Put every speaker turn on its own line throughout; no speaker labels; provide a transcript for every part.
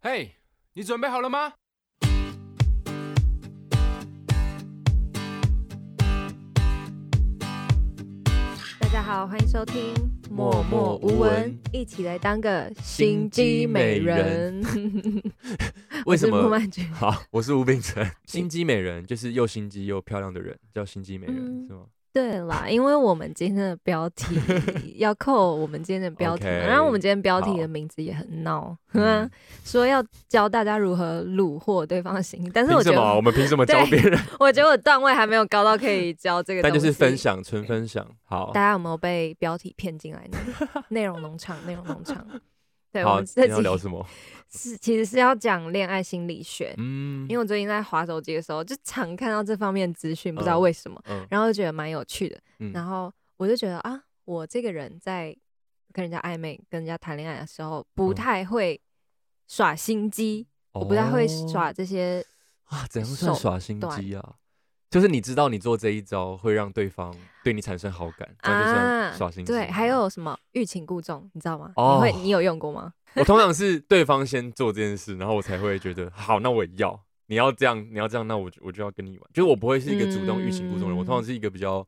嘿、你准备好了吗？
大家好，欢迎收听《默默
默默
无
无
闻
闻》，
一起来当个
心
机
机美
美人
人。
我
为什
是莫
么？
曼君
好，我是吴秉 承，心机美人就是又心机又漂亮的人，叫心机美人、
嗯
是吗？
对啦，因为我们今天的标 题要扣我们今天的标题嘛
OK，
然后我们今天标题的
好
名字也很闹，
嗯
说要教大家如何虏获对方的心，但是
凭
我觉
什么？我
得，
们凭什么
对
教别 人？
我觉得我段位还没有高到可以教这个，
但就是分。享，纯分享。好
大，家有没有被标题骗 进来呢？内容农场，内容农场。对，我
好，
们
你
这
要聊
集
什 么？
是其实是要讲恋爱心理学，
嗯，
因为我最近在滑手机的时候，就常看到这方面资讯，不知道
嗯
为什么，
嗯
然后就觉得蛮有趣的。
嗯
然后我就觉得啊，我这个人在跟人家暧昧、跟人家谈恋爱的时候，不
嗯
太会耍心机，我不太会耍这些。
哦啊，怎样算
手
耍心
段
机啊？就是你知道你做这一招会让对方对你产生好感，这样就
啊
算耍心机。嗯
对，还有什么欲擒故纵，你知道吗？
哦
你会，你有用过吗？
我通常是对方先做这件事，然后我才会觉得好，那我也要。你要这样，你要这样，那我就我就要跟你玩。就是我不会是一个主动欲擒故纵的人，我通
嗯
常是一个比较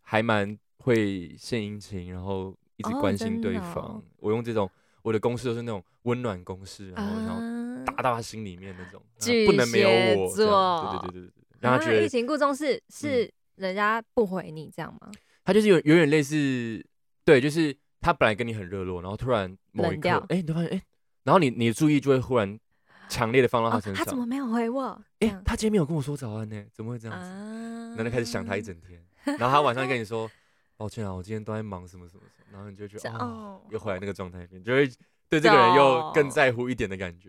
还蛮会献殷勤，然后一直
哦
关心对
真的哦
方。我用这种我的公式都是那种温暖公式，然后然后
啊，
打到他心里面那种，
巨
啊不能没有
蟹
我。这样
座
对对对对对，让他
啊
觉
欲
得嗯
擒故纵是是人家不回你这样吗？
他就是有有点类似，对，就是他本来跟你很热络，然后突然某一
冷
刻
掉，
哎、你突然哎、然后你你的注意就会忽然强烈的放到
哦
他，身
他
上
怎，么没有回我？
哎、
这样
他今天没有跟我说早安呢、怎么会这样子？
啊
然后就开始想他一整天，然后他晚上跟你说，抱歉啊，我今天都在忙什么什么什么，然后你就觉
这
得哦，
哦
又回来那个状态里面，就会对这个人又
懂
更在乎一点的感觉，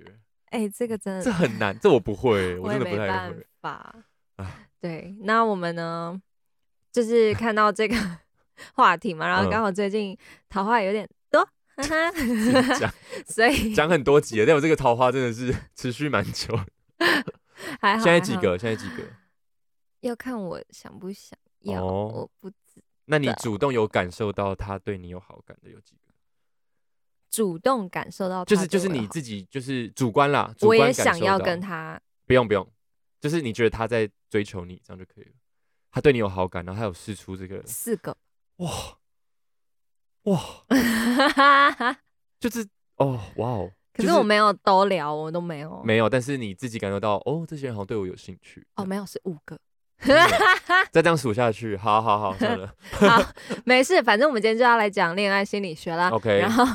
哎、这个真的
这很难，这我不会，我真
也
的
没
不太
办
会。啊
法
唉。
对，那我们呢，就是看到这个 话题嘛，然
嗯
后刚好最近桃花有点多，哈哈，
讲
所以
讲很多集了，但我这个桃花真的是 持续蛮久。
还好。
现在
还
几
好？
个？现在几个？
要看我想不想要，
哦
我不
那你
对
主动有感受到他对你有好感的有几个？
主动感受到他
就是就
对我
是
有
你
好
自己就是主观啦，主
我
观
也
感
想
受
要
到
跟，他，
不用不用，就是你觉得他在追求你，这样就可以了。他对你有好感，然后他有试出这个，
四个，
哇哇，就是哦哇哦，
可
就是
我没有都聊，我都没有，
没有，但是你自己感受到哦，这些人好像对我有兴趣。
哦，没有是五 个。
这样，再这样数下去，好好好，算 了。
好，没事，反正我们今天就要来讲恋爱心理学啦。
OK
然后，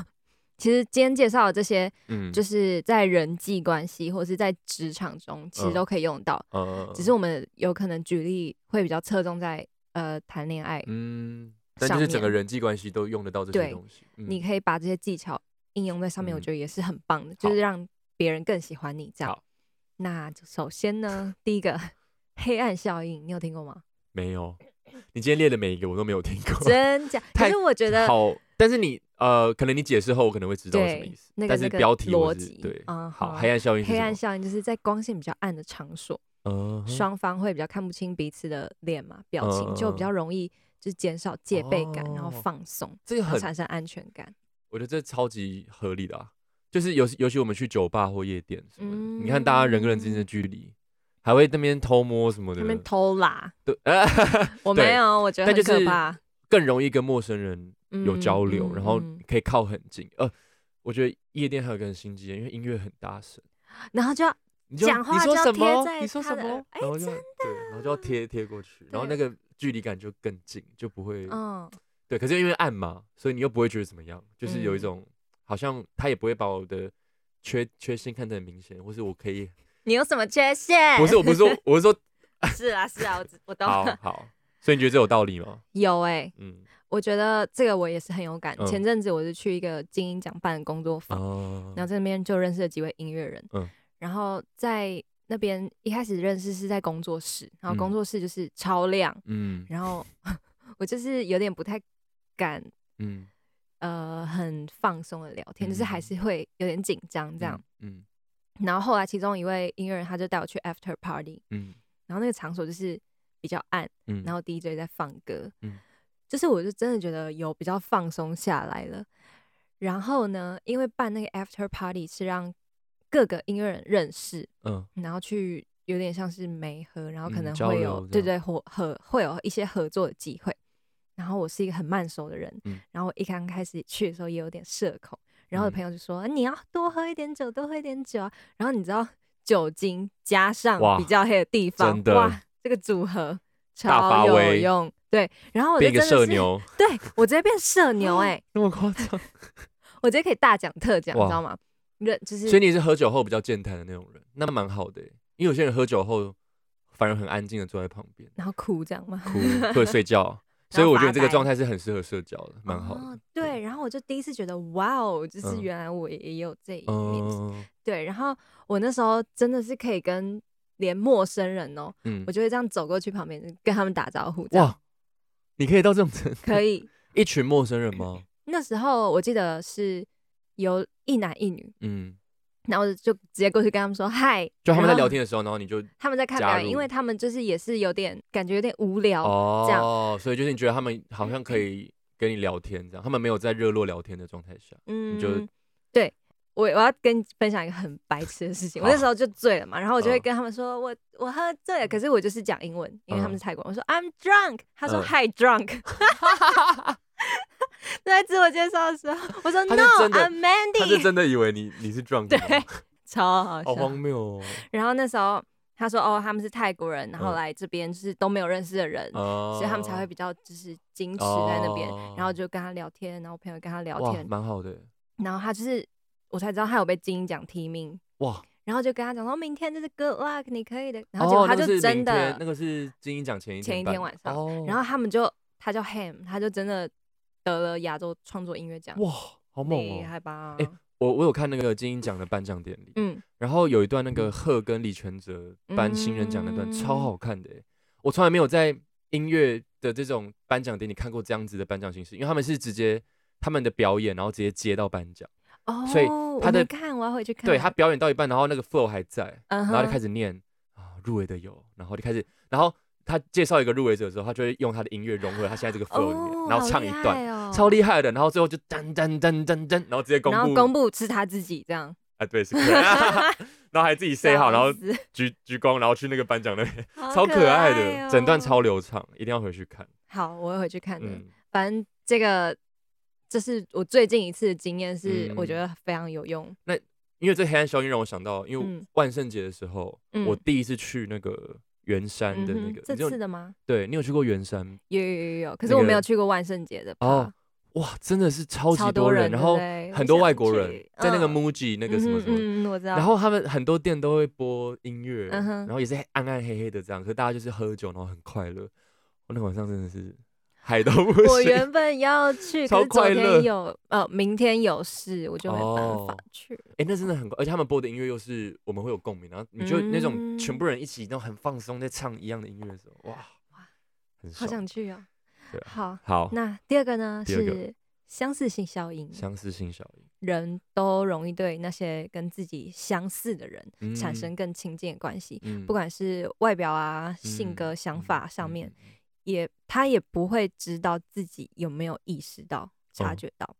其实今天介绍的这些，
嗯，
就是是在人际关系或是在职场中，其实
嗯
都可以用到。
呃
只是我们有可能举例会比较侧重在呃谈恋爱，
嗯，但
上
就是整个
面
人际关系都用得到这
对
些东西。嗯
你可以把这些技巧应用在上面，
嗯
我觉得也是很棒的，就是
好
让别人更喜欢你这样
好。
那就首先呢，第一个黑暗效应，你有听过 吗？
没有，你今天列的每一个我都没有听过。
真假？可
太
是我觉得
好，但是你呃，可能你解释后，我可能会知道是什么
对
意思。
那个
但是
那个
标题我
逻
是
辑
对，
嗯
好，
好
黑暗效应是
黑
什
暗
么？
效应就是在光线比较暗的场所，
嗯哼，
双方会比较看不清彼此的脸嘛，表情就比较容易就减少戒备感，然后
嗯哦
放松，
这个
然后
很，
产生安全感。
我觉得这超级合理的啊。就是尤其尤其我们去酒吧或夜店什么的，
嗯
你看大家人跟人之间的距离，还会那边偷摸什么
他们
的，
偷拉，
对，呃
我
对
没有，我觉得
但
很
就是
可怕。
更容易跟陌生人有交流，
嗯
然后
嗯
可以靠很近。呃，我觉得夜店还有一个很心机的，因为音乐很大声。
然后就要
你就
讲话
你说
就要
什
贴
么？
在
你说
他
什
的
么？
哎
然后就对，然后就要贴贴过去，然后那个距离感就更近，就不会、
嗯，
对。可是因为暗嘛，所以你又不会觉得怎么样，就是有一
嗯
种、好像他也不会把我的缺缺陷看得很明显，或是我可以
你有什么缺陷？
不是我不是说我是说
是啊是啊，我知我哎懂。
好好，所以你觉得这有道理吗？
有哎、
嗯
我觉得这个我也是很有感。
嗯
前阵子我是去一个精英奖办的工作坊，
啊
然后哦在那边就认识了几位音乐人，
嗯
然后在那边一开始认识是在工作室，然后工
嗯
作室就是超亮，
嗯
然后我就是有点不太敢，
嗯
呃，很放松的聊天，就是还
嗯
是会有点紧张这样。
嗯
然后后来其中一位音乐人他就带我去 after party，
嗯
然后那个场所就是比较暗，
嗯，
然
后
后 DJ 在放歌，
嗯
就是我就真的觉得有比较放松下来了。然后呢，因为办那个 after party 是让各个音乐人认识，
嗯，
然后去有点像是媒合，然后可
嗯
能
交
会
流
有、
这
对
样
对合合会有一些合作的机会。然后我是一个很慢熟的人，
嗯
然后我一刚开始去的时候也有点社恐，然后我
嗯
的朋友就说、你要多喝一点酒，多喝一点酒啊。然后你知道酒精加上
哇
比较黑的地方
真，的
哇，这个组合
大发
超有
威
用。对，然后我
嗯
就
变
真
一个
的
社
是，
牛，
对我直接变社牛 哎、
那么夸张？
我直接可以大讲特讲，你
哇
知道吗？人就是
所以你是喝酒后比较健谈的那种人，那蛮好的欸、因为有些人喝酒后反而很安静的坐在旁边
然后哭这样吗？
哭或者睡觉，所以我觉得这个
发呆
状态是很适合社交的，蛮好的
哦。对，然后我就第一次觉得，哇哦，就是
嗯
原来我也有这一面。
嗯
对，然后我那时候真的是可以跟连陌生人哦，
嗯
我，就会这样走过去旁边跟他们打招呼，这样
哇，你可以到这种程度，
可以。
一群陌生人吗？
那时候我记得是有一男一女，
嗯，
然后我就直接过去跟他们说嗨，
就他们在
然后
聊天的时候，然后你就
他们在看
加
表演，
入
因为他们就是也是有点感觉有点无聊，这样
哦，所以就是你觉得他们好像可以跟你聊天这样，他们没有在热络聊天的状态下，
嗯，
就
对我我要跟你分享一个很白痴的事情，我
好
那时候就醉了嘛，然后我就会
嗯
跟他们说、我我喝醉了，可是我就是讲英文，因为他
嗯
们是泰国人，我说 I'm drunk，他说
嗯
Hi drunk，、在自我介绍的时候，我说
他
No
是真的
I'm
他是
Mandy，
真的以为你你是 drunk，
对
吗
超好笑。
好荒谬哦
然后那时候他说哦他们是泰国人，然后
嗯
来这边就是都没有认识的人，
哦，
所以他们才会比较就是矜持在那边，然后
哦
就跟他聊天，然后我朋友跟他聊
哇
天，
蛮好的
然后他就是我才知道他有被金鹰奖提名，
哇，
然后就跟他讲说哦明天就是 good luck，你可以的。然后结
哦，
果
那
他
个
就是真
明
的，
天那个是金鹰奖前一
前一
办
天晚上
哦
然后他们就他叫 Ham，他就真的得了亚洲创作音乐奖，
哇，好猛
厉
哦！
害吧？
哎我我有看那个金鹰奖的颁奖典礼，
嗯，
然后有一段那个贺跟李全哲颁新人奖那段、
嗯
超好看的欸，我从来没有在音乐的这种颁奖典礼看过这样子的颁奖形式，因为他们是直接他们的表演，然后直接接到颁奖，
哦，
所以他
我
的
没看，我要回去看。
对他，表演到一半，然后那个 flow 还在，
嗯
然
哼，
后就开始念啊入围的有，然后就开始，然后他介绍一个入围者的时候，他就会用他的音乐融合他现在这个 flow 里面，
哦，
然后唱一段。
段
超厉害的，然后最后就噔噔噔噔噔，然后直接公
然后
布
公布是他自己这样
啊，对，是 可爱，然后还自己 say 好，然后
笑死
鞠鞠躬，然后去那个颁奖那边，
好
超可爱
爱
的，
哦
整段超流畅，一定要回去看。
好，我会回去看的。
嗯，
反正这个这是我最近一次的经验，是
嗯
我觉得非常有用。
因为这黑暗效应让我想到，因为
嗯
万圣节的时候，
嗯
我第一次去那个圆山
嗯
的那
哼，
个，
这
你有
次的吗？
对你有去过圆山？
有有有有，可
那
是我没
个
有去过万圣节的
哦
趴，
哇，真的是超级
啊超
多
多
人，
人，
然
对不
后
对
很多外国，
我想
人
去
在那个
嗯
MUJI 那个什么什么
嗯嗯嗯，我知道。
然后他们很多店都会播音乐，
嗯哼
然后也是暗暗黑黑的这样，可是大家就是喝酒，然后很快乐。我那晚上真的是嗨到不
我
行，
原本要 去，
超
可是昨
快乐
天有呃，明天有事，我就没办法
哦
去。
哎、那真的很快，而且他们播的音乐又是我们会有共鸣，然后你就那种全
嗯
部人一起，那种很放松在唱一样的音乐的时候，哇，很
好
爽
想去哦
对。啊
好，
好，
那第二个呢
第二个
是相似性效应，
相似性效应
人都容易对那些跟自己相似的人产生，更亲近的关系，
嗯嗯嗯
不管是外表啊、性
嗯
格、想法上面，，
嗯
也他也不会知道自己有没有意识到、察
哦
觉到。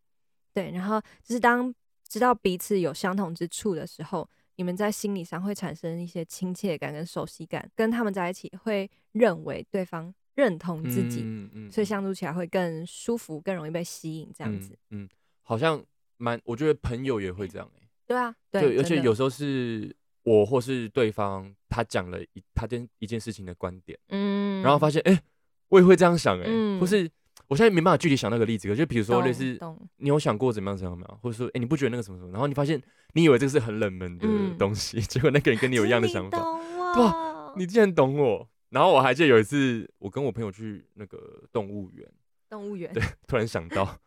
对，然后就是当知道彼此有相同之处的时候，你们在心理上会产生一些亲切感跟熟悉感，跟他们在一起会认为对方认同
嗯
自己，
嗯嗯
所以相处起来会更舒服、更容易被吸引这样子。，
嗯嗯嗯，好像蛮，我觉得朋友也会这样哎、
对啊，
对，而
真
且
的
有时候是我或是对方他讲了一他件一件事情的观点，
嗯，
然后发现哎、诶我也会这样想哎、或
嗯
是我现在没办法具体想那个例子，可是就比如说类
懂
似
懂
你有想过怎么样怎么样吗？或者说哎、诶你不觉得那个什么什么，然后你发现你以为这个是很冷门的
嗯
东西，结果那个人跟你有一样的
是
想法，
懂
哇
我
你竟然懂我。然后我还记得有一次，我跟我朋友去那个动物园，
动物园
对，突然想到，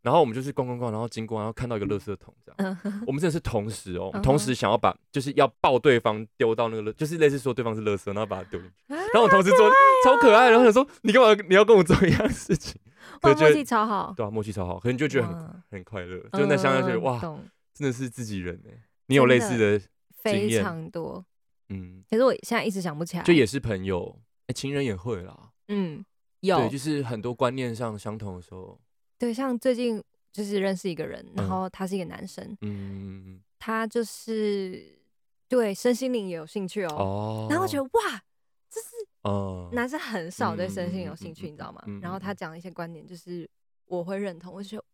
然后我们就是逛逛逛，然后经过，然后看到一个垃圾桶这样，
嗯
我们真的是同时哦，
嗯哼
同时想要把就是要抱对方丢到那个垃，就是类似说对方是垃圾，然后把它丢进去。
啊
然后我同时做超可爱，然后想说你干嘛你要跟我做一样的事情？
哦哇
可觉
默
得
契超好，
对啊，默契超好，可能你就觉得很
哇
很快乐，就那相当于觉得
嗯
哇，
懂
真的是自己人哎。你有类似的经
非
验
常多。
嗯，
可是我现在一直想不起来，
就也是朋友，哎，情人也会啦。
嗯有
对，就是很多观念上相同的时候，
对，像最近就是认识一个人，
嗯
然后他是一个男生，
嗯，
他就是对身心灵也有兴趣哦。
哦，
然后我觉得哇，这是
哦，
男生很少对身心有兴
嗯嗯嗯
趣，
嗯
你知道吗
嗯嗯？
然后他讲的一些观点，就是我会认同，我就觉得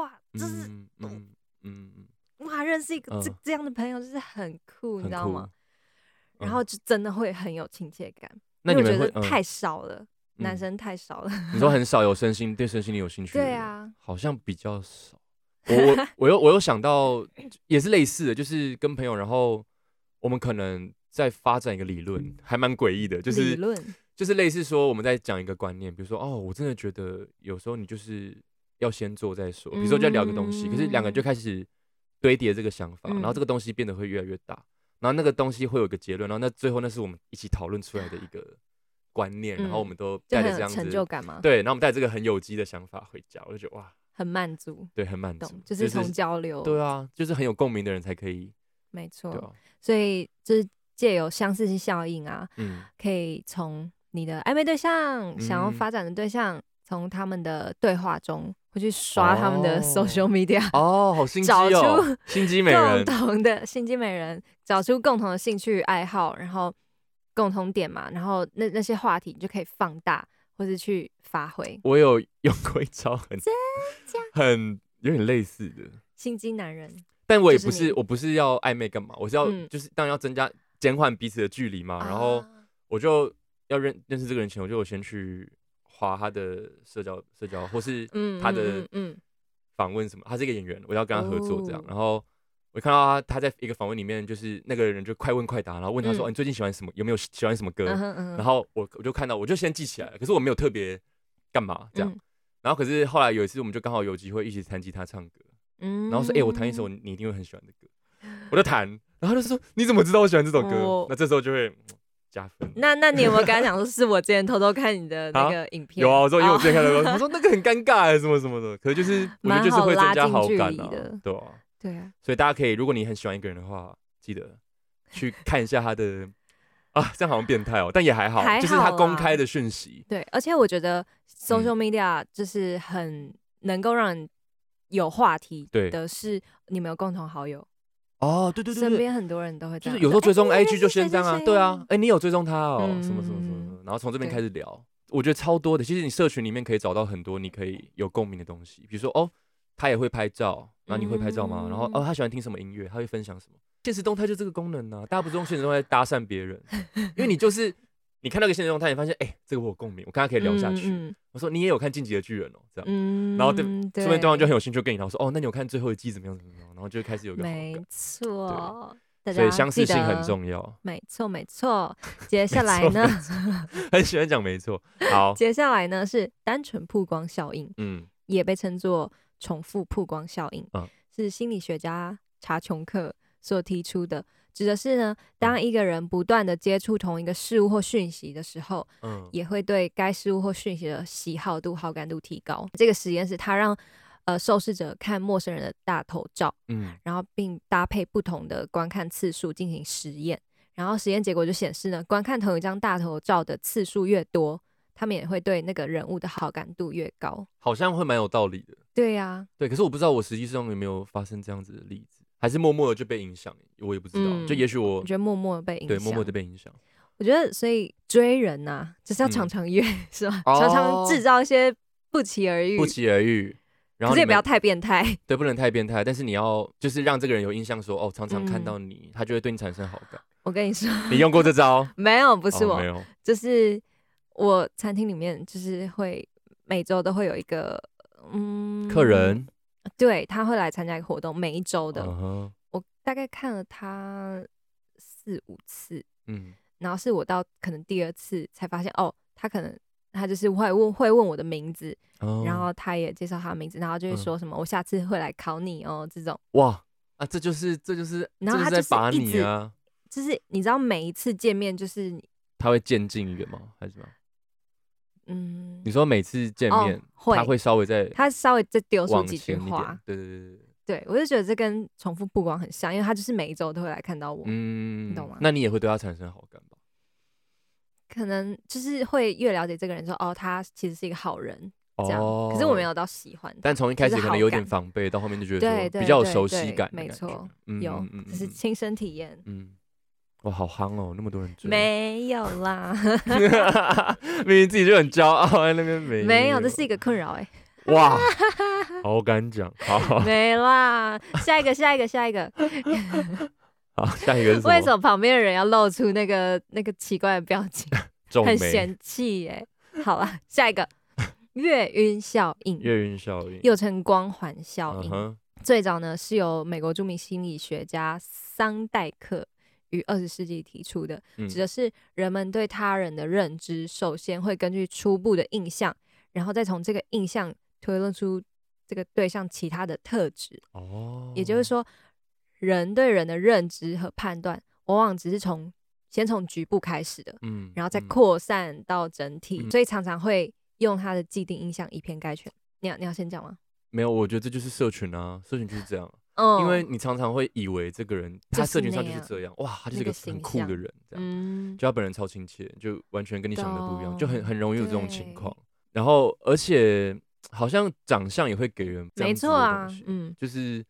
哇，这是
嗯嗯嗯，
哇，认识一个这
嗯
这样的朋友就是很酷，
嗯
你知道？
很
吗
酷？
然
嗯
后就真的会很有亲切感，
那
因
你
为我
们
觉
会
得太
嗯
少了，男生太少了。
你说很少有身心对身心灵有兴趣，
对，啊，
好像比较少。我我我又我又想到，也是类似的，就是跟朋友，然后我们可能在发展一个理论，还蛮诡异的，就
理
是
论
就是类似说我们在讲一个观念，比如说哦，我真的觉得有时候你就是要先做再说，比如说就在聊个东西，可是两个人就
嗯
开始堆叠这个想法，然后
嗯
这个东西变得会越来越大，然后那个东西会有一个结论，然后那最后那是我们一起讨论出来的一个观念，然后我
嗯
们都
就
带着
很
这
有
样
成就
子，
感嘛，
对，然后我们带着这个很有机的想法回家，我就觉得哇，
很满足，
对，很满足
懂？，就是从交流，
对啊，就是很有共鸣的人才可以，
没
对
错。
啊，
所以就是借由相似性效应啊，
嗯
可以从你的暧昧对象、想要
嗯
发展的对象，从他们的对话中，会去刷他们的
哦
social media，、
哦，好心机
找
哦
出，
心机美人
共，同的心机美人，找出共同的兴趣爱好，然后共同点嘛，然后那那些话题你就可以放大或者去发挥。
我有用过一招很
真
很有点类似的，
心机男人，
但我也
就是
不是
你
我不是要暧昧干嘛，我是要、
嗯
就是当然要增加减缓彼此的距离嘛，然后
啊
我就要认认识这个人前，我就有先去划他的社交社交或是
嗯，
他
嗯
的
嗯
访问什么，他是一个演员，我要跟他合作这样，
哦
然后。我看到他，他在一个访问里面，就是那个人就快问快答，然后问他说：“
嗯
哦你最近喜欢什么？有没有喜喜欢什么歌？”
嗯哼嗯哼，
然后我我就看到，我就先记起来了，可是我没有特别干嘛这样。
嗯
然后可是后来有一次，我们就刚好有机会一起弹吉他唱歌，
嗯
然后说：“哎、我弹一首你一定会很喜欢的歌。”我就弹，然后他就说：“你怎么知道我喜欢这首歌？”
哦
那这时候就会嗯加分。
那那你有没有跟他讲说，是我之前偷偷看你 的那个影片？
有啊，我说因为我
哦
之前看到过，他说那个很尴尬，啊什么什么的。可是就是我觉得就是会增加好感
蛮好拉近距离
啊
的，
对啊。
对啊，
所以大家可以，如果你很喜欢一个人的话，记得去看一下他的啊，这样好像变态哦，但也还好，
还
就是他
好
公
啦
开的讯息，
对，而且我觉
嗯
得 social media 就是很能够让人有话题
对
的是，你们有共同好友，
哦，对对对
身
对，
边很多人都会
就
这样
是
说，
有时候追踪
哎
IG 就先这样啊，对啊，，哎，你有追踪他哦，什么什么什么
嗯
什么，然后从这边
对
开始聊，我觉得超多的。其实你社群里面可以找到很多你可以有共鸣的东西，比如说哦，他也会拍照，然后你会拍照吗？然后哦，
嗯
他喜欢听什么音乐，他会分享什么？现实动态就这个功能啊呢，大家不是用现实动态搭讪别 人，因为你就是你看到一个现实动态，你发现哎，这个我有共鸣，我跟他可以
可
聊下去。我说你也有看《进击的巨人》哦，这样，
嗯，
然后对
嗯
说
对
不定对方就很有兴趣跟你聊说哦，那你有看最后一季怎么样怎么样？然后就开始有一个好
没
感，
错，大
所以
家
相似
记
性很
得。
重要。
没错，没错。接下来呢？，
很喜欢讲没错。好
接下来呢是单纯曝光效应。
嗯，
也被称作重复曝光效应，
嗯
是心理学家查琼克所提出的，指的是呢，当
嗯
一个人不断的接触同一个事物或讯息的时候，
嗯，
也会对该事物或讯息的喜好度、好感度提高。这个实验是他让呃受试者看陌生人的大头照，
嗯，
然后并搭配不同的观看次数进行实验。然后实验结果就显示呢，观看同一张大头照的次数越多，他们也会对那个人物的好感度越高。
好像会蛮有道理的。
对啊呀、
对，可是我不知道我实际上有没有发生这样子的例子，还是默默的就被影响，我也不知道。
嗯
就也许我
我觉得默默地被影响。
对默默的被影响，
我觉得所以追人呐、就是要
嗯
常常约，是吧？
哦
常常制造一些不期而遇，
不期而遇。然后
可是也
你
不要
们
太变态。
对，不能太变态，但是你要就是让这个人有印象说，哦，常常看
嗯
到你，他就会对你产生好感。
我跟你说，
你用过这招？
没有， 不
不
是我，
哦没有。
就是我餐厅里面就是会每周都会有一个嗯
客人，
对他会来参加一个活动，每一周的，
嗯哼，
我大概看了他四五次，
嗯，
然后是我到可能第二次才发现哦，他可能他就是会问会问我的名字，
哦
然后他也介绍他的名字，然后就会
嗯
说什么“我下次会来考你哦”这种，
哇啊，这就是这就是
然后
这
他
是
就
在
是
把
一
你
直
啊，
就是你知道每一次见面就是你
他会渐进一个吗？还是什么？
嗯
你，说每次见
哦
面，
会
他会稍微再
他稍微再丢出
往
几句
前一点
话，，
对对对对，
对我就觉得这跟重复曝光很像，因为他就是每一周都会来看到我，
嗯，
你懂吗
那你也会对他产生好感吧？
可能就是会越了解这个人说哦，他其实是一个好人，这样。可是我没有到喜欢他，
但从一开始
就是
可
好
能有点
感
防备，到后面就觉
对
得说
对
比较有
对
熟
对
悉感的
没
感觉，
错
嗯，
有
嗯嗯，
只是
嗯
亲身体验，
嗯，哇，好夯哦，那么多人追，
没有啦，
明明自己就很骄傲，在那边 没
没有，这是一个困扰哎，
哇，好敢讲，好好
没啦，下一个，下一个，下一个，
好，下一个是什么？
为什么旁边的人要露出那个 那个奇怪的表 情，
皱
很
眉？
嫌弃哎？好啦，下一个， 月晕效应，
月晕效应，
又称光环效
嗯
应，
哼，
最早呢是由美国著名心理学家桑代克于二十世纪提出的，
嗯
指的是人们对他人的认知首先会根据初步的印象，然后再从这个印象推论出这个对象其他的特质。
哦，
也就是，说，人对人的认知和判断，往往只是从先从局部开始的，
嗯
然后再
嗯
扩散到整体，
嗯
所以常常会用他的既定印象以偏概全。你要你要先讲吗？
没有，我觉得这就是社群啊，社群就是这样，啊
嗯
因为你常常会以为这个人他
就是
社群上
那
就是
样
这样，哇，他就
那
是
个
个很
形
酷的
象
人，这样，
嗯，
就他本人超亲切，就完全跟你想的不一样，就很
懂
很容易有这种情
对
况。然后，而且好像长相也会给人这
没
样子
错
的
啊
东西，
嗯，
就是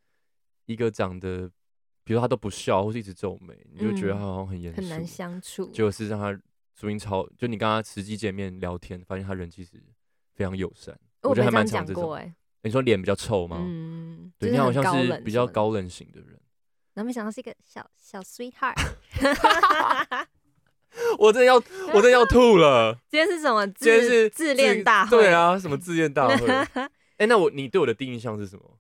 一个长得，比如他都不笑，或是一直皱眉，你就觉得他
嗯
好像很严肃，
很难相处。
就是让他说明超，就你跟他实际见面聊天，发现他人其实非常友善。
我
觉得还
没这样
蛮常
讲
这
过
种。
哎，
你说脸比较臭吗？
嗯，
对，
就
你
是
好
很
像
高
是
冷
比
什
较
么的，
高冷型的人。
然后没想到是一个小小 sweetheart。
我真的要，我真的要吐 了。
今天是什么自？
今天是
自恋大会，
对，啊，什么自恋大 会？哎、那我你对我的第一印象是什么？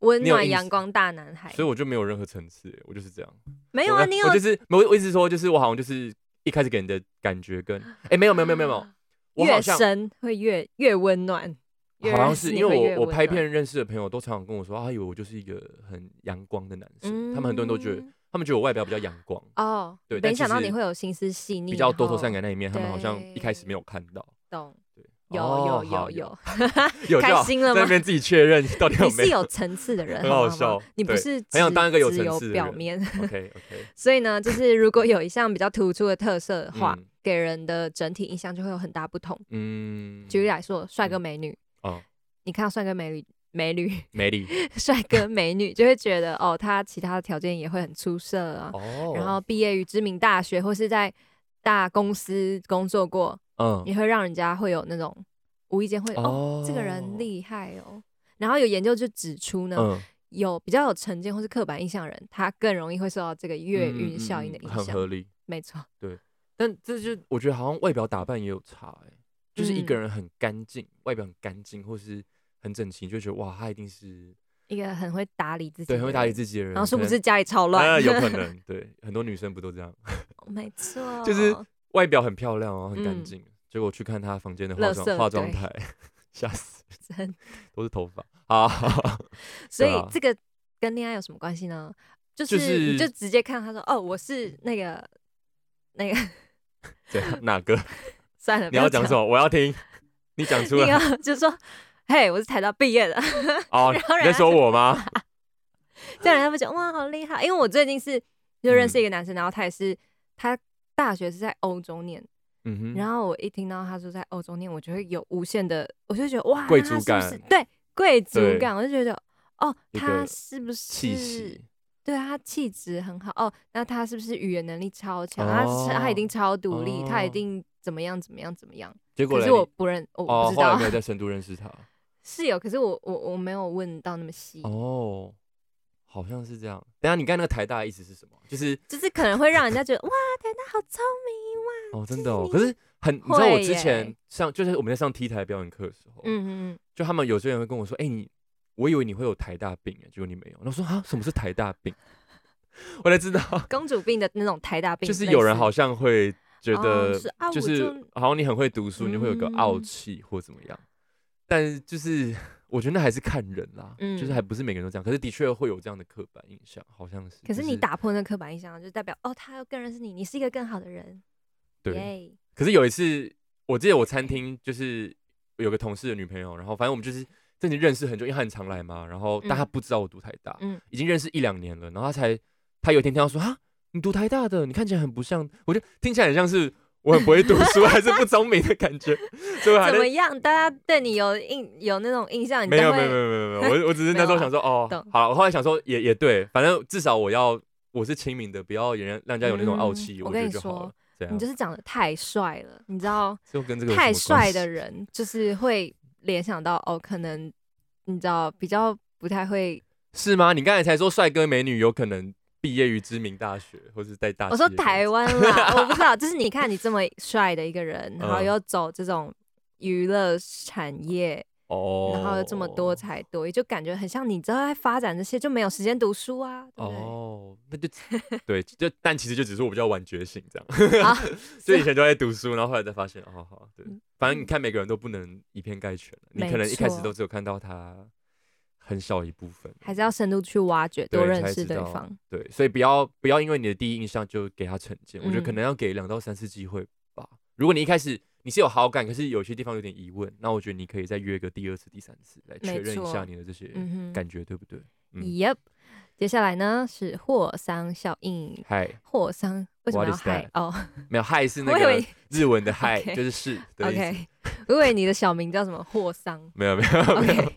温
你有
暖
印
阳
象
光大男孩。
所以我就没有任何层次，我就是这样。
没有
我
啊，
呢
你有
我就是我我意思是说，就是我好像就是一开始给人的感觉跟哎、没有没有没有没有没有，我好
越
像
深会越越温暖，越
好像
认
是
识你
因
会越
为我我
温
拍
暖，
片认识的朋友都常常跟我说，啊，以为我就是一个很阳光的男生，他们很多人都觉得
嗯，
他们觉得我外表比较阳光，
哦，
对但
没
其
想到你
实
会有心思细腻，
比较
然
多愁
后
善感那一面，他们好像一开始没有看到。
懂。
对，
有
哦
有
好
有有，
有
开
就好
心了
在
吗
那边自己确认到底有
你
没
是有层 次的人，
很
好
好
吗
笑
你不
对
是
很想
只
当一个有
只
层
有
次的
表
人
面。
OK OK，
所以呢，就是如果有一项比较突出的特色的话，
嗯
给人的整体印象就会有很大不同。
嗯，
举例来说，帅哥
嗯
美女，
哦，
你看到帅哥美女美女，
美丽
帅哥美女，就会觉得哦，他其他的条件也会很出色啊。
哦，
然后毕业于知名大学或是在大公司工作过，
嗯
也会让人家会有那种无意间会哦
哦
这个人厉害哦。然后有研究就指出呢，
嗯
有比较有成见或是刻板印象的人，他更容易会受到这个月
嗯
晕
嗯
效应
嗯
的影
很
响。
合理。
没错，
但这就我觉得好像外表打扮也有差哎、就是一个
嗯
人很干净，外表很干净，或是很整齐，你就觉得哇，他一定是
一个很会打理自己，
对很会打理，自己的人。
然后殊不
可
知
能
家里超乱，
啊有可能对，很多女生不都这样，
没错，
就是外表很漂亮哦，很
嗯
干净，结果去看她房间的化
垃圾
妆化妆
对
台， 吓死，
真
都是头发啊，好
所
对
以
啊
这个跟恋爱有什么关系呢？就是、
就是
你就直接看他说哦，我是那个那个
对哪个？
算了，
你要讲什
么？
么？我要听，你讲出
你
来
要就说嘿，我是台大毕业的，
哦，
然后
你
人
在
家
说我吗？
这样人家会觉得哇好厉害。因为我最近是就认识
嗯
一个男生，然后他也是他大学是在欧洲念，
嗯哼，
然后我一听到他说在欧洲念，我就会有无限的，我就觉得哇，
贵
他
族
是不
感
是对贵族
对
感，我就觉得哦，
一
他
个
是不是
气息，
对啊，他气质很好哦。那他是不是语言能力超强？他是他一
哦
定超独立，他一
哦
定怎么样怎么样怎么样？
结果
可
嘞
是
你
我不认，我
哦
不，知
后来
道、
没有再深度认识他。
是有，可是我我我没有问到那么细，
哦，好像是这样。等一下你刚才那个台大的意思是什么？就是
就是可能会让人家觉得哇，台大好聪明哇。
哦，
就
真
是
的哦。
你
可是很，你知道我
会
之前
耶
上就是我们在上 T 台表演课的时候，
嗯嗯
就他们有些人会跟我说：“哎、你我以为你会有台大病耶，欸结果你没有。”然后我说：“啊，什么是台大病？” 我才知道，
嗯，公主病的那种台 大病，
就是
类
有人
似
好像会觉
哦
得
是啊，
就
我
是
就
好像你很会读书，你就会有个傲
嗯
气或怎么样。但是就是我觉得那还是看人啦，就是
嗯
还不是每个人都这样。可是的确会有这样的刻板印象，好像是。
可
就是
你打破那刻板印象，就代表哦，他更认识你，你是一个更好的人。
对
耶，
可是有一次，我记得我餐厅就是有个同事的女朋友，然后反正我们就是真的认识很久，因为她很常来嘛。然后但她
嗯
不知道我读台大，
嗯
已经认识一两年了。然后她才，她有一天听到说啊，你读台大的，你看起来很不像。我就听起来很像是我很不会读 书，还是不聪明的感觉，所以我还
怎
在
么样？大家对你有印有那种印象，你
啊没
才
有没有没
会啊
有没有没 有，我我只是那时候想说哦
懂，
好了，我后来想说也也对，反正至少我要我是亲民的，不要也让让人家有那种傲气，
嗯
我
我
觉
跟
得
你
就好了
说。
这样
你就是长得太帅了，你知道，
就跟这个有
太
什么关
帅
系
的人就是会联想到哦，可能你知道比较不太会。
是吗？你刚才才说帅哥美女有可能毕业于知名大学，或是在大
我说
企业
台湾 啦，我不知道，就是你看你这么帅的一个人，然后
嗯
又走这种娱乐产业，
哦，
然后又这么多才多艺，就感觉很像你知道在发展这些就没有时间读书啊，对不对？
哦，那就 对，就但其实就只是我比较晚觉醒这样。
啊
就以前都在读书，然后后来才发现，哦，好好，对
嗯，
反正你看每个人都不能以偏概全，你
没
可能一开始
错
都只有看到他很小一部分，
还是要深度去挖掘，
对
多
才
认识
知
对
道
方。
对，所以不要不要因为你的第一印象就给他成见，我觉得可
嗯
能要给两到三次机会吧。如果你一开始你是有好感，可是有些地方有点疑问，那我觉得你可以再约个第二次、第三次来确
没
认一
错
下你的这些
嗯哼
感觉，对不对？嗯
，Yep。接下来呢是霍桑效应，
嗨，
霍桑为什么
What
要
is
害
that？
哦？
没有嗨是那
我以
个
为
日文 的嗨，
OK
就是是的意思。。
OK，我以为你的小名叫什么霍桑
没有没有 没有
OK，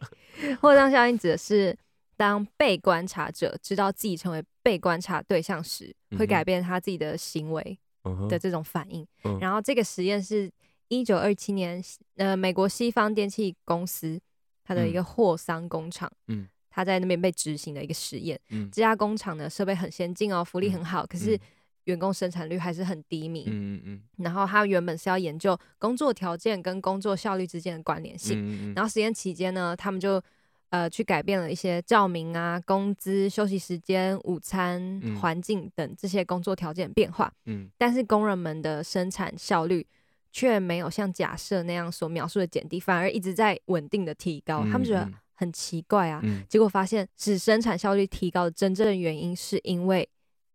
霍 桑效应指的是当被观察者知道自己成为被观察对象时，会
嗯
改
哼
变他自己的行为
嗯哼
的这种反应。
嗯
然后这个实验是一九二七年，呃，美国西方电器公司它的一个霍桑工厂，
嗯，
它在那边被执行的一个实验。
嗯
这家工厂呢设备很先进哦，福利
嗯
很好，可是
嗯
员工生产率还是很低迷。
嗯嗯嗯
然后它原本是要研究工作条件跟工作效率之间的关联性。
嗯嗯
然后实验期间呢，他们就呃去改变了一些照明啊、工资、休息时间、午餐
嗯、
环境等这些工作条件变化，
嗯
但是工人们的生产效率却没有像假设那样所描述的减低，反而一直在稳定的提高。他们觉得
嗯
很奇怪啊，
嗯
结果发现使生产效率提高的真正的原因是因为。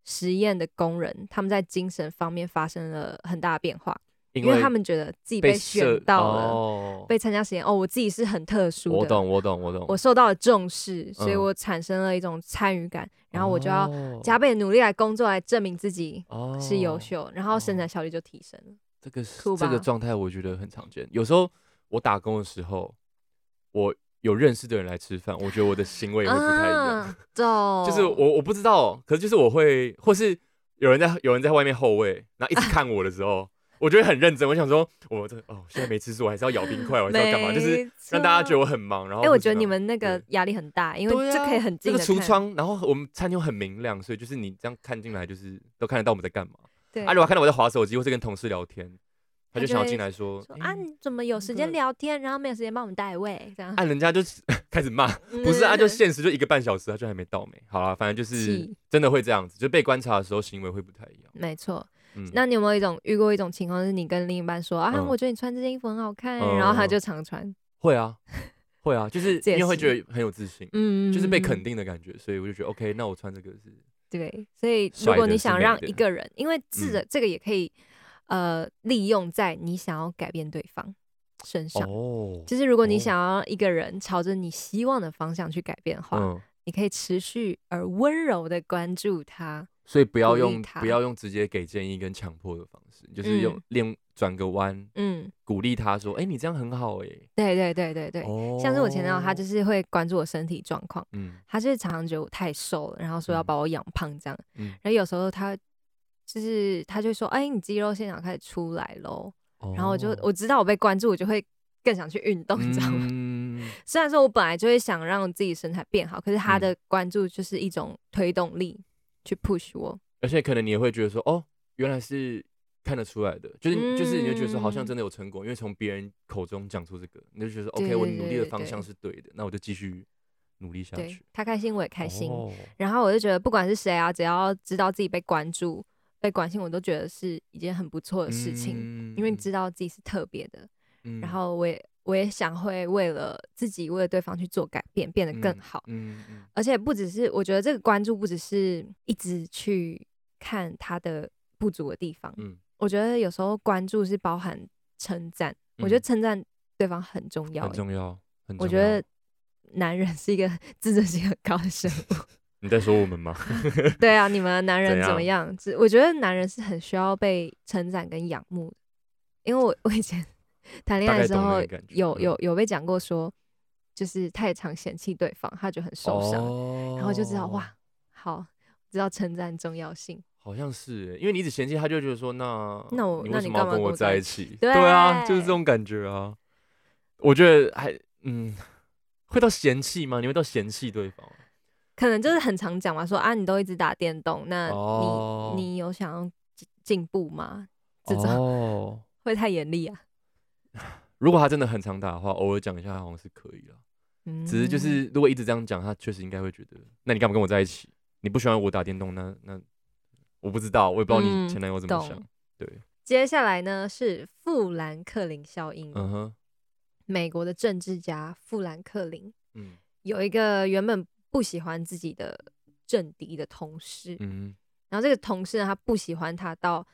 实验的工人，他们在精神方面发生了很大的变化，因
因
为他们觉得自己被
设
选到了，
哦
被参加实验哦，我自己是很特殊的，
我懂我懂我懂，
我受到了重视，所以
嗯
我产生了一种参与感，然后我就要
哦
加倍努力来工作，来证明自己
哦
是优秀，然后生产效率就提升了。
这个是
酷
这个
吧
状态，我觉得很常见。有时候我打工的时候，我有认识的人来吃饭，我觉得我的行为也会不太一样。
啊， 懂，
就是我我不知道，可是就是我会，或是有人在有人在外面后位，然后一直看我的时候，我觉得很认真。我想说，我这哦，现在没吃素，我还是要咬冰块，我还是要干嘛？就是
没
让大家觉得
错。
我很忙。然后
哎、
或
我
是
觉得
干
你
嘛
们那个
对
压力很大，因为
对
这
啊
可以很
这
近
个
的
橱窗，然后我们餐厅很明亮，所以就是你这样看进来，就是都看得到我们在干嘛。
对，
啊，如果看到我在划手机或是跟同事聊天，他
他
就
就
想要
会
进来说
说
哎
啊，你怎么有时间聊天，然后没有时间帮我们带位这
嗯
样？
啊，人家就是 开始骂，
嗯
不是啊，就限时就一个半小时，他就还没到没。好啦，反正就是
气
真的会这样子，就被观察的时候行为会不太一样。
没错。
嗯，
那你有没有一种遇过一种情况，是你跟另一半说啊，
嗯
我觉得你穿这件衣服很好看，
嗯
然后他
嗯
就常穿，
会啊， 会啊，就是
这
因
也
为会觉
是
得很有自信，
嗯，
就是被
嗯
肯定的感觉，所以我就觉得 OK，那我穿这个是
对，所以
帅
如果
的
你
是
想
美
让
的
一个人，因为
嗯
这个、这个也可以呃利用在你想要改变对方身上，
哦，
就是如果你
哦
想要一个人朝着你希望的方向去改变的话，
嗯，
你可以持续而温柔的关注他，
所以不要
鼓励
用
他
不要用直接给建议跟强迫的方式，就是用
嗯
练转个弯，
嗯，
鼓励他说，哎，你这样很好哎。
对对对对对，像是我前男友，他
哦
就是是会关注我身体状况。
嗯
他就是常常觉得我太瘦了，然后说要
嗯
把我养胖这样。
嗯
然后有时候他就是他就说：“哎、你肌肉线条开始出来喽。”然后我就
哦
我知道我被关注，我就会更想去运动，你知道吗？
嗯
虽然说我本来就会想让自己身材变好，可是他
嗯
的关注就是一种推动力去 push 我。
而且可能你也会觉得说，哦，原来是看得出来的，就是、就是你会觉
嗯
得说，好像真的有成果，因为从别人口中讲出这个，你就觉得说
对
OK，我
对
努力的
对
方向
对
是对的，那我就继续努力下
对
去。
他开心，我也开心。
哦
然后我就觉得，不管是谁啊，只要知道自己被关注、被关心，我都觉得是一件很不错的事情，因为你知道自己是特别的。
嗯
然后我也我也想会为了自己，为了对方去做改变，变得更好。
嗯嗯
而且不只是我觉得这个关注，不只是一直去看他的不足的地方。
嗯
我觉得有时候关注是包含称赞，我觉得
嗯
称赞对方很重要
很
欸、
重要，很重要。
我觉得男人是一个自尊心很高的生物，
你在说我 们吗？
对啊，你们的男人
怎
怎么样？只我觉得男人是很需要被称赞跟仰慕的，因为我 我以前谈恋爱的时
大概懂
候
那个感觉
有
嗯
有有被讲过说，就是太常嫌弃对方，他就很受伤，
哦
然后就知道哇，，好知道称赞重要性。
好像是欸，因为你一直嫌弃他，就觉得说那
那我
你
那
为
你
什么要
干
跟
嘛跟
我
我
在
在
一
一
起？
对
啊，就是这种感觉啊。我觉得还嗯，会到嫌弃吗？你会到嫌弃对方？
可能就是很常讲嘛，说啊，你都一直打电动，那你、
哦
你有想要进进步吗？这种、
哦，
会太严厉啊。
如果他真的很常打的话，偶尔讲一下好像是可以了。
嗯，
只是就是如果一直这样讲，他确实应该会觉得，那你干嘛跟我在一起？你不喜欢我打电动，那那我不知道，我也不知道你
嗯
前男友怎么
懂
想。对，
接下来呢是富兰克林效应，
嗯哼，
美国的政治家富兰克林
嗯
有一个原本不喜欢自己的政敌的同事，
嗯
然后这个同事呢，他不喜欢他到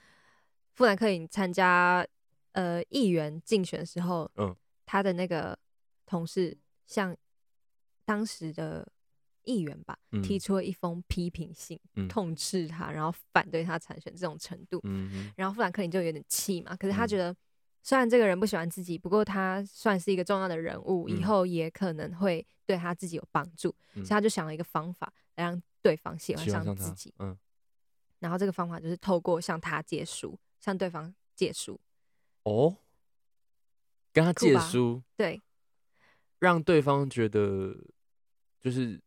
富兰克林参加呃议员竞选的时候，
嗯
他的那个同事向当时的议员吧，
嗯
提出了一封批评信，
嗯
痛斥他，然后反对他参选这种程度，
嗯哼，
然后富兰克林就有点气嘛，可是他
嗯
觉得。虽然这个人不喜欢自己，不过他算是一个重要的人物，
嗯
以后也可能会对他自己有帮助，
嗯
所以他就想了一个方法来让对方喜欢
喜欢上
上自
他
己。，
嗯
然后这个方法就是透过向他借书，向对方借书。
哦，跟他
酷
借
吧
书，
对，
让对方觉得就是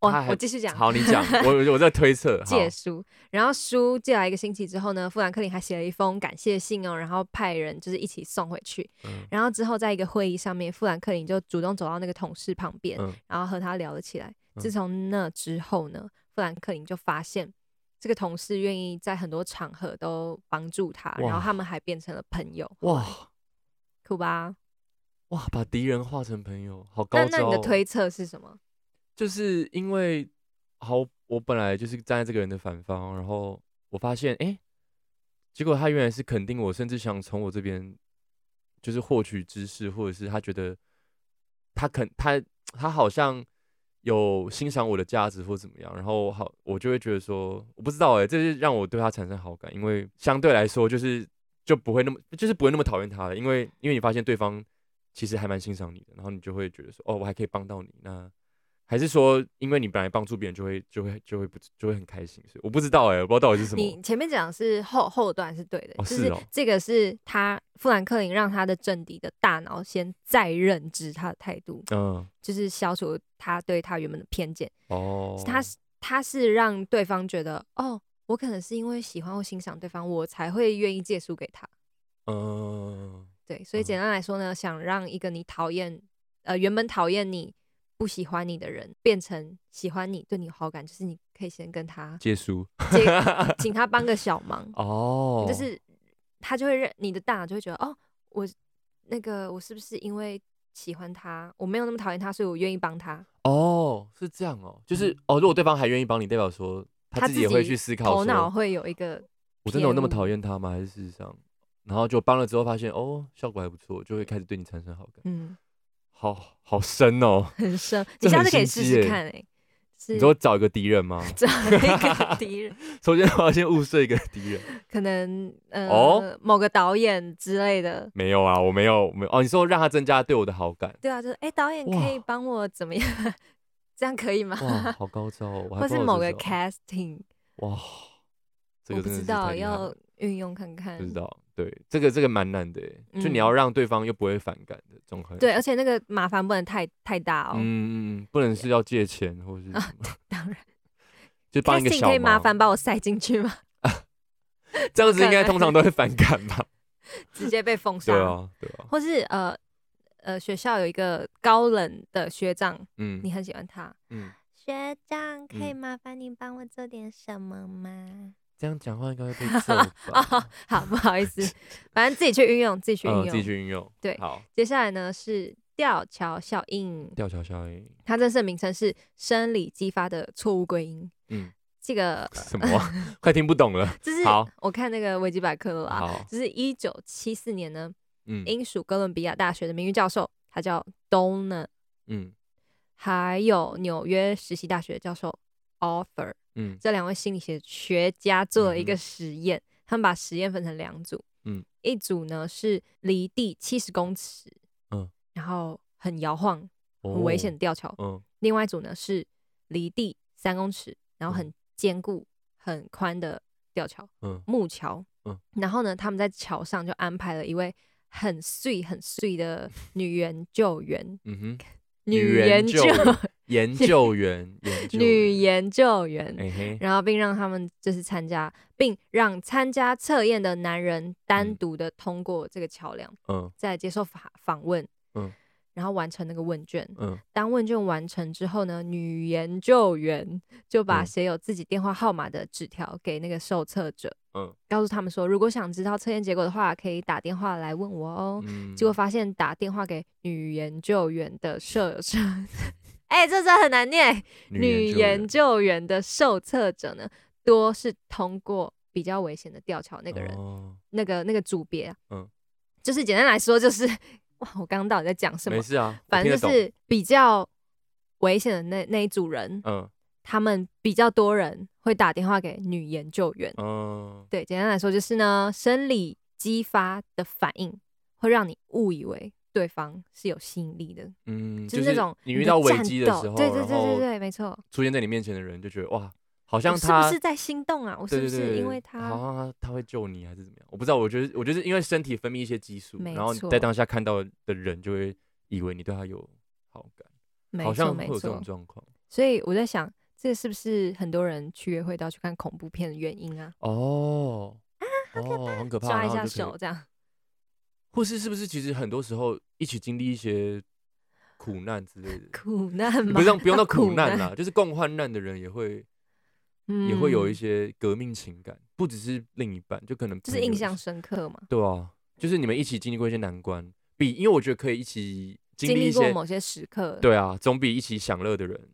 我
他还
哦我继续讲
好，你讲，我我在推测，好
借书。然后书借来一个星期之后呢，富兰克林还写了一封感谢信哦，然后派人就是一起送回去。
嗯
然后之后在一个会议上面，富兰克林就主动走到那个同事旁边，
嗯
然后和他聊了起来。
嗯
自从那之后呢，富兰克林就发现这个同事愿意在很多场合都帮助他，然后
哇
他们还变成了朋友，
哇
酷吧？
哇，把敌人化成朋友，好高
那
招哦。
那你的推测是什么？
就是因为好，我本来就是站在这个人的反方，然后我发现，哎、结果他原来是肯定我，甚至想从我这边就是获取知识，或者是他觉得他肯他他好像有欣赏我的价值或怎么样，然后好，我就会觉得说，我不知道哎、这是让我对他产生好感，因为相对来说就是就不会那么就是不会那么讨厌他了，因为因为你发现对方其实还蛮欣赏你的，然后你就会觉得说，哦，我还可以帮到你，那还是说因为你本来帮助别人就会就会就会不就会很开心，所以我不知道哎、我不知道到底是什么，
你前面讲的是后后段是对的，
哦
就是
哦
这个是他富兰克林让他的政敌的大脑先再认知他的态度，
嗯，
就是消除他对他原本的偏见。
哦
是，他是他是让对方觉得哦，我可能是因为喜欢或欣赏对方，我才会愿意借书给他。
嗯，
对，所以
嗯
简单来说呢，想让一个你讨厌呃原本讨厌你。不喜欢你的人变成喜欢你，对你有好感，就是你可以先 跟他
借书
借，请他帮个小忙，
哦，
就是他就会认你的大脑就会觉得哦，我那个我是不是因为喜欢他，我没有那么讨厌他，所以我愿意帮他。
哦，是这样哦，就是哦，如果对方还愿意帮你，代表说他
嗯他
自
自
己也会
己
去思考
头脑
说，
会有一个
我真的有那么
偏误
讨厌他吗？还是事实上，然后就帮了之后发现哦，效果还不错，就会开始对你产生好感，
嗯
好好深哦。
很深，
这
你下
很
次可以
心
试
机
试
耶
看哎、是
你说找一个敌人吗？
找一个敌人，
首先我要先物色一个敌人，
可能呃、
哦
某个导演之类的。
没有啊，我没有没有哦，你说让他增加对我的好感，
对啊，就是哎、导演可以
哇
帮我怎么样？这样可以吗？
哇，好高招哦，我还
或
不知
是
道
某
这是
个
哦
casting，、
哇，这
我
个
不
真的是
知
太
道
厉害了
要运用看看
不。知道，对，这个这个蛮难的耶，就你要
嗯
让对方又不会反感的，总很
对，而且那个麻烦不能太太大哦。
嗯嗯，嗯不能是要借钱或是
啊
什么
当然
就帮一个
，casting
小
可以麻
忙
烦把我塞进去吗？
这样子应该
可能
通常都会反感 吧？
直接被封 杀？
对啊，对啊，
或是呃呃，学校有一个高冷的学长，
嗯
你很喜欢他，
嗯，
学长，可以
嗯
麻烦你帮我做点什么吗？
这样讲话应该会被揍吧？
好不好 意思，反正自己去运用，自己
嗯，
哦去运用。
自己去运用。
对
好，
接下来呢是吊桥效应，
吊桥效应，
它正式名称是生理激发的错误归因。
嗯，
这个
什么啊？快听不懂了。
这是
好
我看那个维基百科了啦，
好，
就是一九七四年呢，
嗯
英属哥伦比亚大学的名誉教授，他叫 Donner，
嗯，
还有纽约实习大学教授 author
嗯
这两位心理学学家做了一
嗯
个
哼
实验，他们把实验分成两组，
嗯，
一组呢是离地七十公尺，
嗯，
然后很摇晃、很
哦
危险的吊桥；
嗯
另外一组呢是离地三公尺，然后
嗯
很坚固、很宽的吊桥
嗯
木桥。
嗯，
然后呢，他们在桥上就安排了一位很碎很碎 的女研究员，
嗯哼，
女研究
研究员研究
女
员，
研究员，
哎嘿，
然后并让他们就是参加，并让参加测验的男人单
嗯
独的通过这个桥梁，
嗯
再接受访访问，
嗯，
然后完成那个问卷。
嗯
当问卷完成之后呢，女研究员就把
嗯
写有自己电话号码的纸条给那个受测者，
嗯
告诉他们说，如果想知道测验结果的话，可以打电话来问我哦。
嗯，
结果发现打电话给女研究员的受测， 哎、这真的很难念。女研
研
究员的受测者呢，多是通过比较危险的吊桥那
那
个人、
哦，
那个那个组别、啊，
嗯，
就是简单来说就是， 哇，我刚刚到底在讲什么
没？事啊，我
反
听
正
得
就
懂
是比较危险的那那一组人，
嗯
他们比较多人会打电话给女研究员。
嗯
对，简单来说就是呢，生理激发的反应会让你误以为对方是有吸引力的，
嗯，
就是那种
你遇
的
到危
战
机的
斗
时候，
对对对
然
对
后
对，没错。
出现在你面前的人就觉得哇，好像
我是
他
不是在心动啊？我是
对
不
对
是
对，
因为
好
他？
像他他会救你还是怎么样？我不知道，我觉得我觉得是因为身体分泌一些激素，
没
然后
错
在当下看到的人就会以为你对他有好感，
没
好
错
像
没
会有这
错
种。状况
所以我在想，这是不是很多人去约会都要去看恐怖片的原因啊？
哦。哦，很可怕，
抓
然
一
后
下
就可以
手，这样。
或是是不是其实很多时候一起经历一些苦难之类的，
苦难吗？
不用不用到苦
苦
难啦，就是共患难的人也会也会有一
嗯
些革命情感，不只是另一半，就可能
就是
朋友
印
也
象深刻嘛。
对啊，就是你们一起经历过一些难关，比因为我觉得可以一起经
经
历一
历过
些，
某些时刻，
对啊，总比一起享乐的人，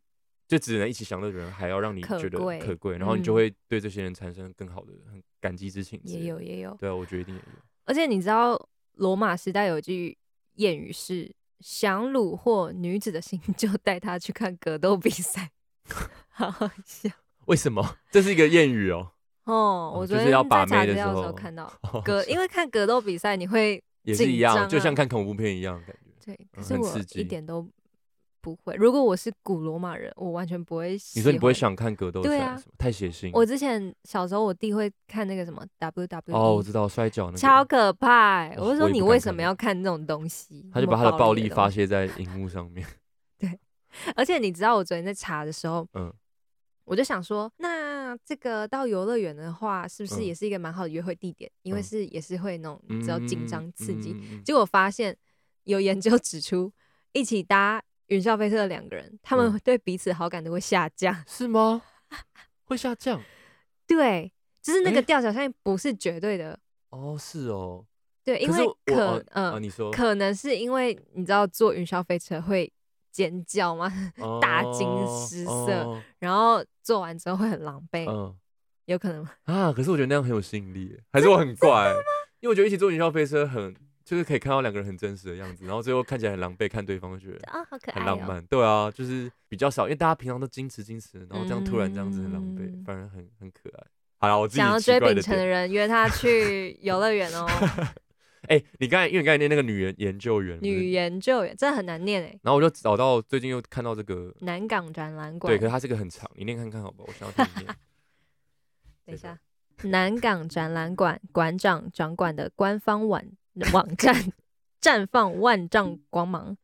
就只能一起享乐的人还要让你
可
觉得
贵
可贵，然后你就
嗯
会对这些人产生更好的很感激之情。
也，有也有。
对啊，我觉得一定也有。
而且你知道，罗马时代有一句谚语是“想虏获女子的心， 就带她去看格斗比赛”， 好好笑
为什么？ 这是一个谚语哦。
哦！
哦
我
就
昨
是
天
要把
在查
妹
资
的
料
时
的时
候
候看到
好
格，
笑
因为看格斗比赛你会
也是一
紧
样，
张
就像
啊
看恐怖片一样的感觉。
对，可
嗯
是
很
我
刺
一
激
点都不会。如果我是古罗马人，我完全不会。
你说你不会？想看格斗赛
对
什
啊
么？太血腥。
我之前小时候，我弟会看那个什么 WWE，
哦，我知道摔跤那个，
超可怕欸、
哦
我就
我
说
也
你
不敢
为什
看
么要看这种东西？
他就
那
把
么
他的暴
力
力
的
发
东西
泄在荧幕上面。
而且你知道，我昨天在查的时候，
嗯
我就想说，那这个到游乐园的话，是不是
嗯
也是一个蛮好的约会地点？因为
嗯
是也是会那种比较紧张刺激。
嗯嗯嗯嗯
结果发现有研究 指出，一起搭云霄飞车的两个人，他们
嗯
对彼此好感都会下降。
是吗？会下降？
对，就是那
诶
个吊桥效应不是绝对的，
哦，是哦。
对，因
可是
为
我
可
哦
嗯、
啊，你说
可能是因为你知道坐云霄飞车会尖叫吗？ 大惊
哦
失哎
哦
然后做完之后会很狼狈，
嗯
有可能吗。
啊，可是我觉得那样很有吸引力耶，还是我很怪，因为我觉得一起坐云霄飞车很，就是可以看到两个人很真实的样子，然后最后看起来很狼狈，看对方就觉得
啊
哦，好可爱
很
哎
哦！
浪漫。对啊，就是比较少，因为大家平常都矜持矜持，然后这样突然这样子很狼狈，
嗯
反而很很可爱。好了，我自己
想要
奇
追
怪
秉承的
点
人约他去游乐园 哦，
哎、你刚才因为你刚才念那个女研研究员，不是
女研究员，真的很难念哎。
然后我就找到最近又看到这个
南港展览馆，
对，可是它这个很长，你念看看好不好？我想要听你念。
等一
这个
下， 南港展览馆馆长掌管的官方网网站绽放万丈光 芒。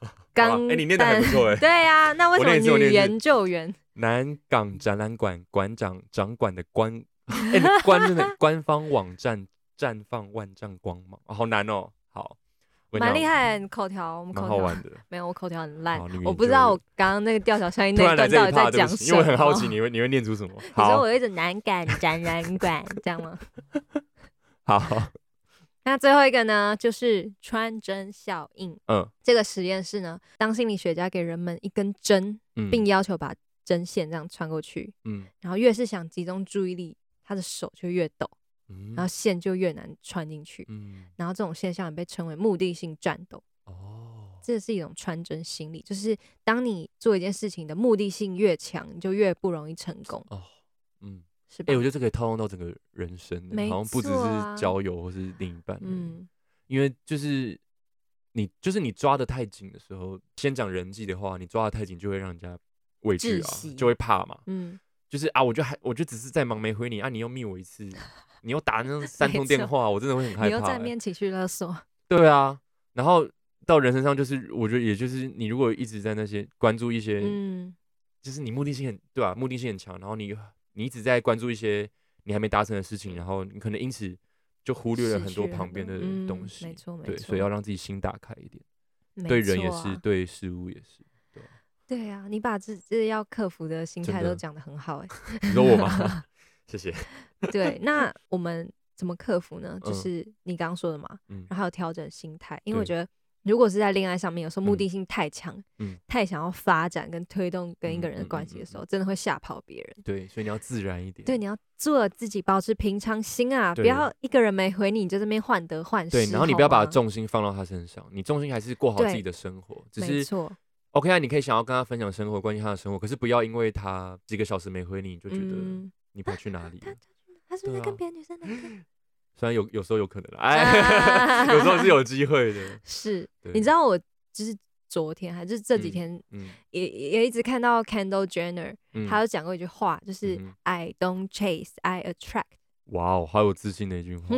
哇
钢
哎、你念的还
弹
不错哎、
对呀、那为
我
什么
念一次我念
女
一次
研究员？
南港展览馆馆长掌管的官，哎、官真的官方网站绽放万丈光芒，啊好难哦。好，我跟你
蛮
讲
厉，害，你口条我们
蛮
口
好
条
玩的。
没有，我口条很烂
好女，
我
研
不知
究
道
员
我刚刚那个吊桥效应
突然
那一
来这
段到
一
底
趴，
在
对
讲
不起，
什
因为
么。
我很好 奇你会你会念出什么。
你说
好
我有一种难感展览馆这样吗？
好，
那最后一个呢，就是穿针效应。
嗯
这个实验室呢，当心理学家给人们一根针，
嗯，
并要求把针线这样穿过去，
嗯
然后越是想集中注意力，他的手就越抖，
嗯，
然后线就越难穿进去。
嗯
然后这种现象也被称为目的性战斗。
哦，
这是一种穿针心理，就是当你做一件事情的目的性越强，你就越不容易成功，
哦，嗯，
是吧？
哎、我觉得这可以套用到整个人生的，
没
好像不只
错啊
是交友或是另一半，嗯，
嗯，
因为就是你就是你抓的太紧的时候，先讲人际的话，你抓的太紧就会让人家畏惧
窒
啊
息，
就会怕嘛，
嗯，
就是啊，我就还我就只是在忙没回你啊，你又密我一 次，你又打那三通
没
电
错
话，我真的会很害怕、
你又
欸
在面情绪勒索，
对啊，然后到人身上就是，我觉得也就是你如果一直在那些关注一些，
嗯，
就是你目的性很对啊吧、目的性很强，然后你你一直在关注一些你还没达成的事情，然后你可能因此就忽略了
失
很多
去了
旁
很
边
多
的
嗯
东西，
没错没
对，
错
所以要让自己心打开一点，
没
对人
错
也是，
啊
对事物也是。对吧
对啊，你把这这要克服的心
真
态
的
都讲得很好、 欸，
你说我吗？ 谢谢。
对，那我们怎么克服呢？就
嗯
是你刚刚说的嘛，
嗯，
然后调整心态，因为我
对
觉得如果是在恋爱上面，有时候目
嗯
的性太强，
嗯
太想要发展跟推动跟一个
嗯
人的
嗯
关
嗯
系的
嗯
时候，真的会吓跑别人。
对，所以你要自然一点。
对，你要做自己，保持平常心啊，不
对
要一个人没回你，你就这边患得患失。
对，然后你不要把
好吗
重心放到他身上，你重心还是过好自
对
己的生活，只
没
是
错，
OK 啊，你可以想要跟他分享生活，关心他的生活，可是不要因为他几个小时没回你，你就觉得
嗯，
你跑去 哪里了。
他是不是
对啊
跟别的女生聊天？
虽然有有时候有可能啦， 哎，有时候是有机会的。
是，
对
你知道我就是昨天还是这几
嗯
天、
嗯
也也一直看到 Kendall Jenner，、
嗯，
他有讲过一句话，就是、
嗯哼
I don't chase, I attract。
哇哦，好有自信的一句 话。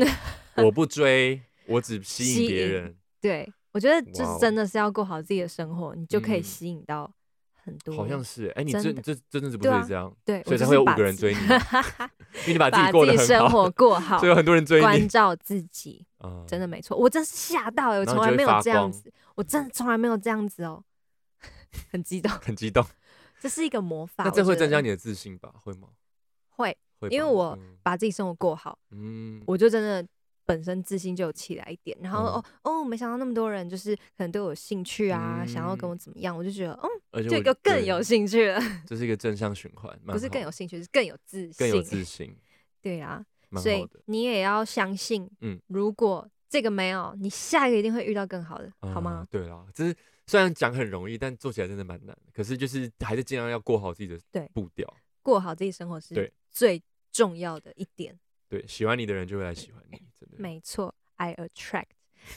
我不追，我只吸
吸
引别
引
人，
对，我觉得就
哇
是
哦
真的是要过好自己的生活，你就可以
嗯
吸引到很多。
好像是。哎，你
真
这
的
这这阵子不
对
是
啊
也这样，
对，
所以
我就
才
是
会有五
把
个人
自
追你因为你把自己
把
过得
自己
很
生
好，
活过好
所以，有很多人追
关
你。
照自己，
啊
真的没错。我真是吓到、欸，我
然后
从
你就
来
会
没有
发
这样
光
子，我真的从来没有这样子哦、 很激动，
很激动。
这是一个魔法。
那
我
这会
觉
增加
得
你的自信吧？会吗？
会
会吧，
因为我
嗯
把自己生活过好，
嗯，
我就真的本身自信就有起来一点，然后、哦哦，没想到那么多人就是可能对我有兴趣啊，想要跟我
嗯
怎么样，我就觉得嗯，
而且
就
我
有更
对
有兴趣了，
这是一个正向循环，蛮
不是更
好
有兴趣，是更有自信，
更有自信，
对啊，
蛮
所以
好的。
你也要相信，嗯
嗯，
如果这个没有，你下一个一定会遇到更好的，好
嗯？？
吗
对啦，就是虽然讲很容易，但做起来真的蛮难的。可是就是还是尽量要过好自己
对
的步调。
过好自己生活是
对
最重要的一点，
对，喜欢你的人就会来喜欢你，真的。嗯
没错，I attract。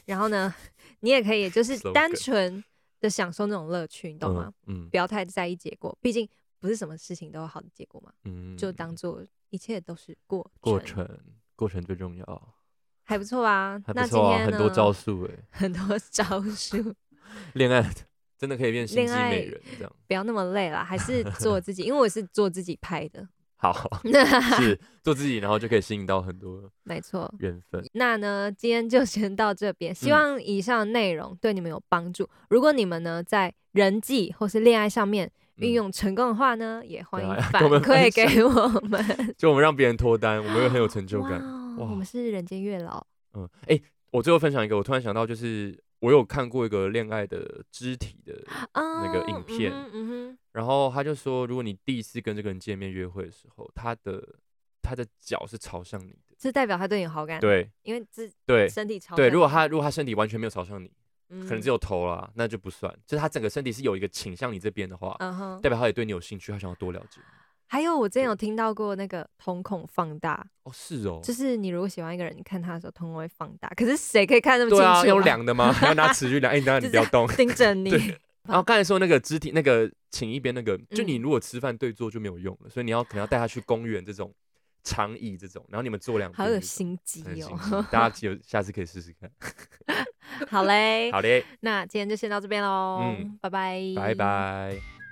然后呢， 你也可以就是
Slogan
单纯的享受那种乐趣，你懂吗？
嗯？
不要太在意结果，毕竟不是什么事情都有好的结果嘛，
嗯嗯，
就当做一切都是过
过程，过程最重要，
还不错啊。
还不
那今
错啊，
天呢？
很多招数哎，
很多招数，
恋爱 真的可以变心
恋
机
爱
美人这样。
不要那么累啦，还是做自己，因为我是做自己拍的。
好，是做自己，然后就可以吸引到很多
没错，
缘分。
那呢，今天就先到这边。
嗯
希望以上的内容对你们有帮助。如果你们呢在人际或是恋爱上面
嗯
运用成功的话呢，也欢迎
对啊
反
跟我们分
馈
享
给我们。
就我们让别人脱单，我们会很有成就
哇
感。
哦，
哇
我们是人间月老，
嗯，哎、我最后分享一个，我突然想到，就是我有看过一个恋爱的肢体的，
那
个影片
嗯哼嗯
然后他就说，如果你第一次跟这个人见面约会的时候，他的他的脚是朝向你的，
哼，这代表他对你有好感，，
对
因为这
对
身体嗯朝
对，
向
如果
你
他如果他身体完全没有朝向你，可
嗯
能只，有头啦，那就不算，就是他整个身体是有一个倾向你这边的话，
嗯嗯哼。
代表他也对你有兴趣，他想要多了解你。
还有我之前有听到过那个瞳孔放大，
哦，是哦，
就是你如果喜欢一个人，你看他的时候瞳孔会放大，可是谁可以看那么清
对
楚、
啊，用量的吗？ 还要拿尺去量？哎、你等下
就
你
这
不要
样
动。
盯着你。
对然后刚才说那个肢体，那个请一边那个，就你
嗯
如果吃饭对坐就没有用了，所以你要可能要带他去公园这种长椅这种，然后你们坐两边
好
这
有
种，
心机
很有心
哦！
机，大家有下次可以试试看。
好嘞，
好嘞，
那今天就先到这边喽，
嗯
拜拜，
拜。拜。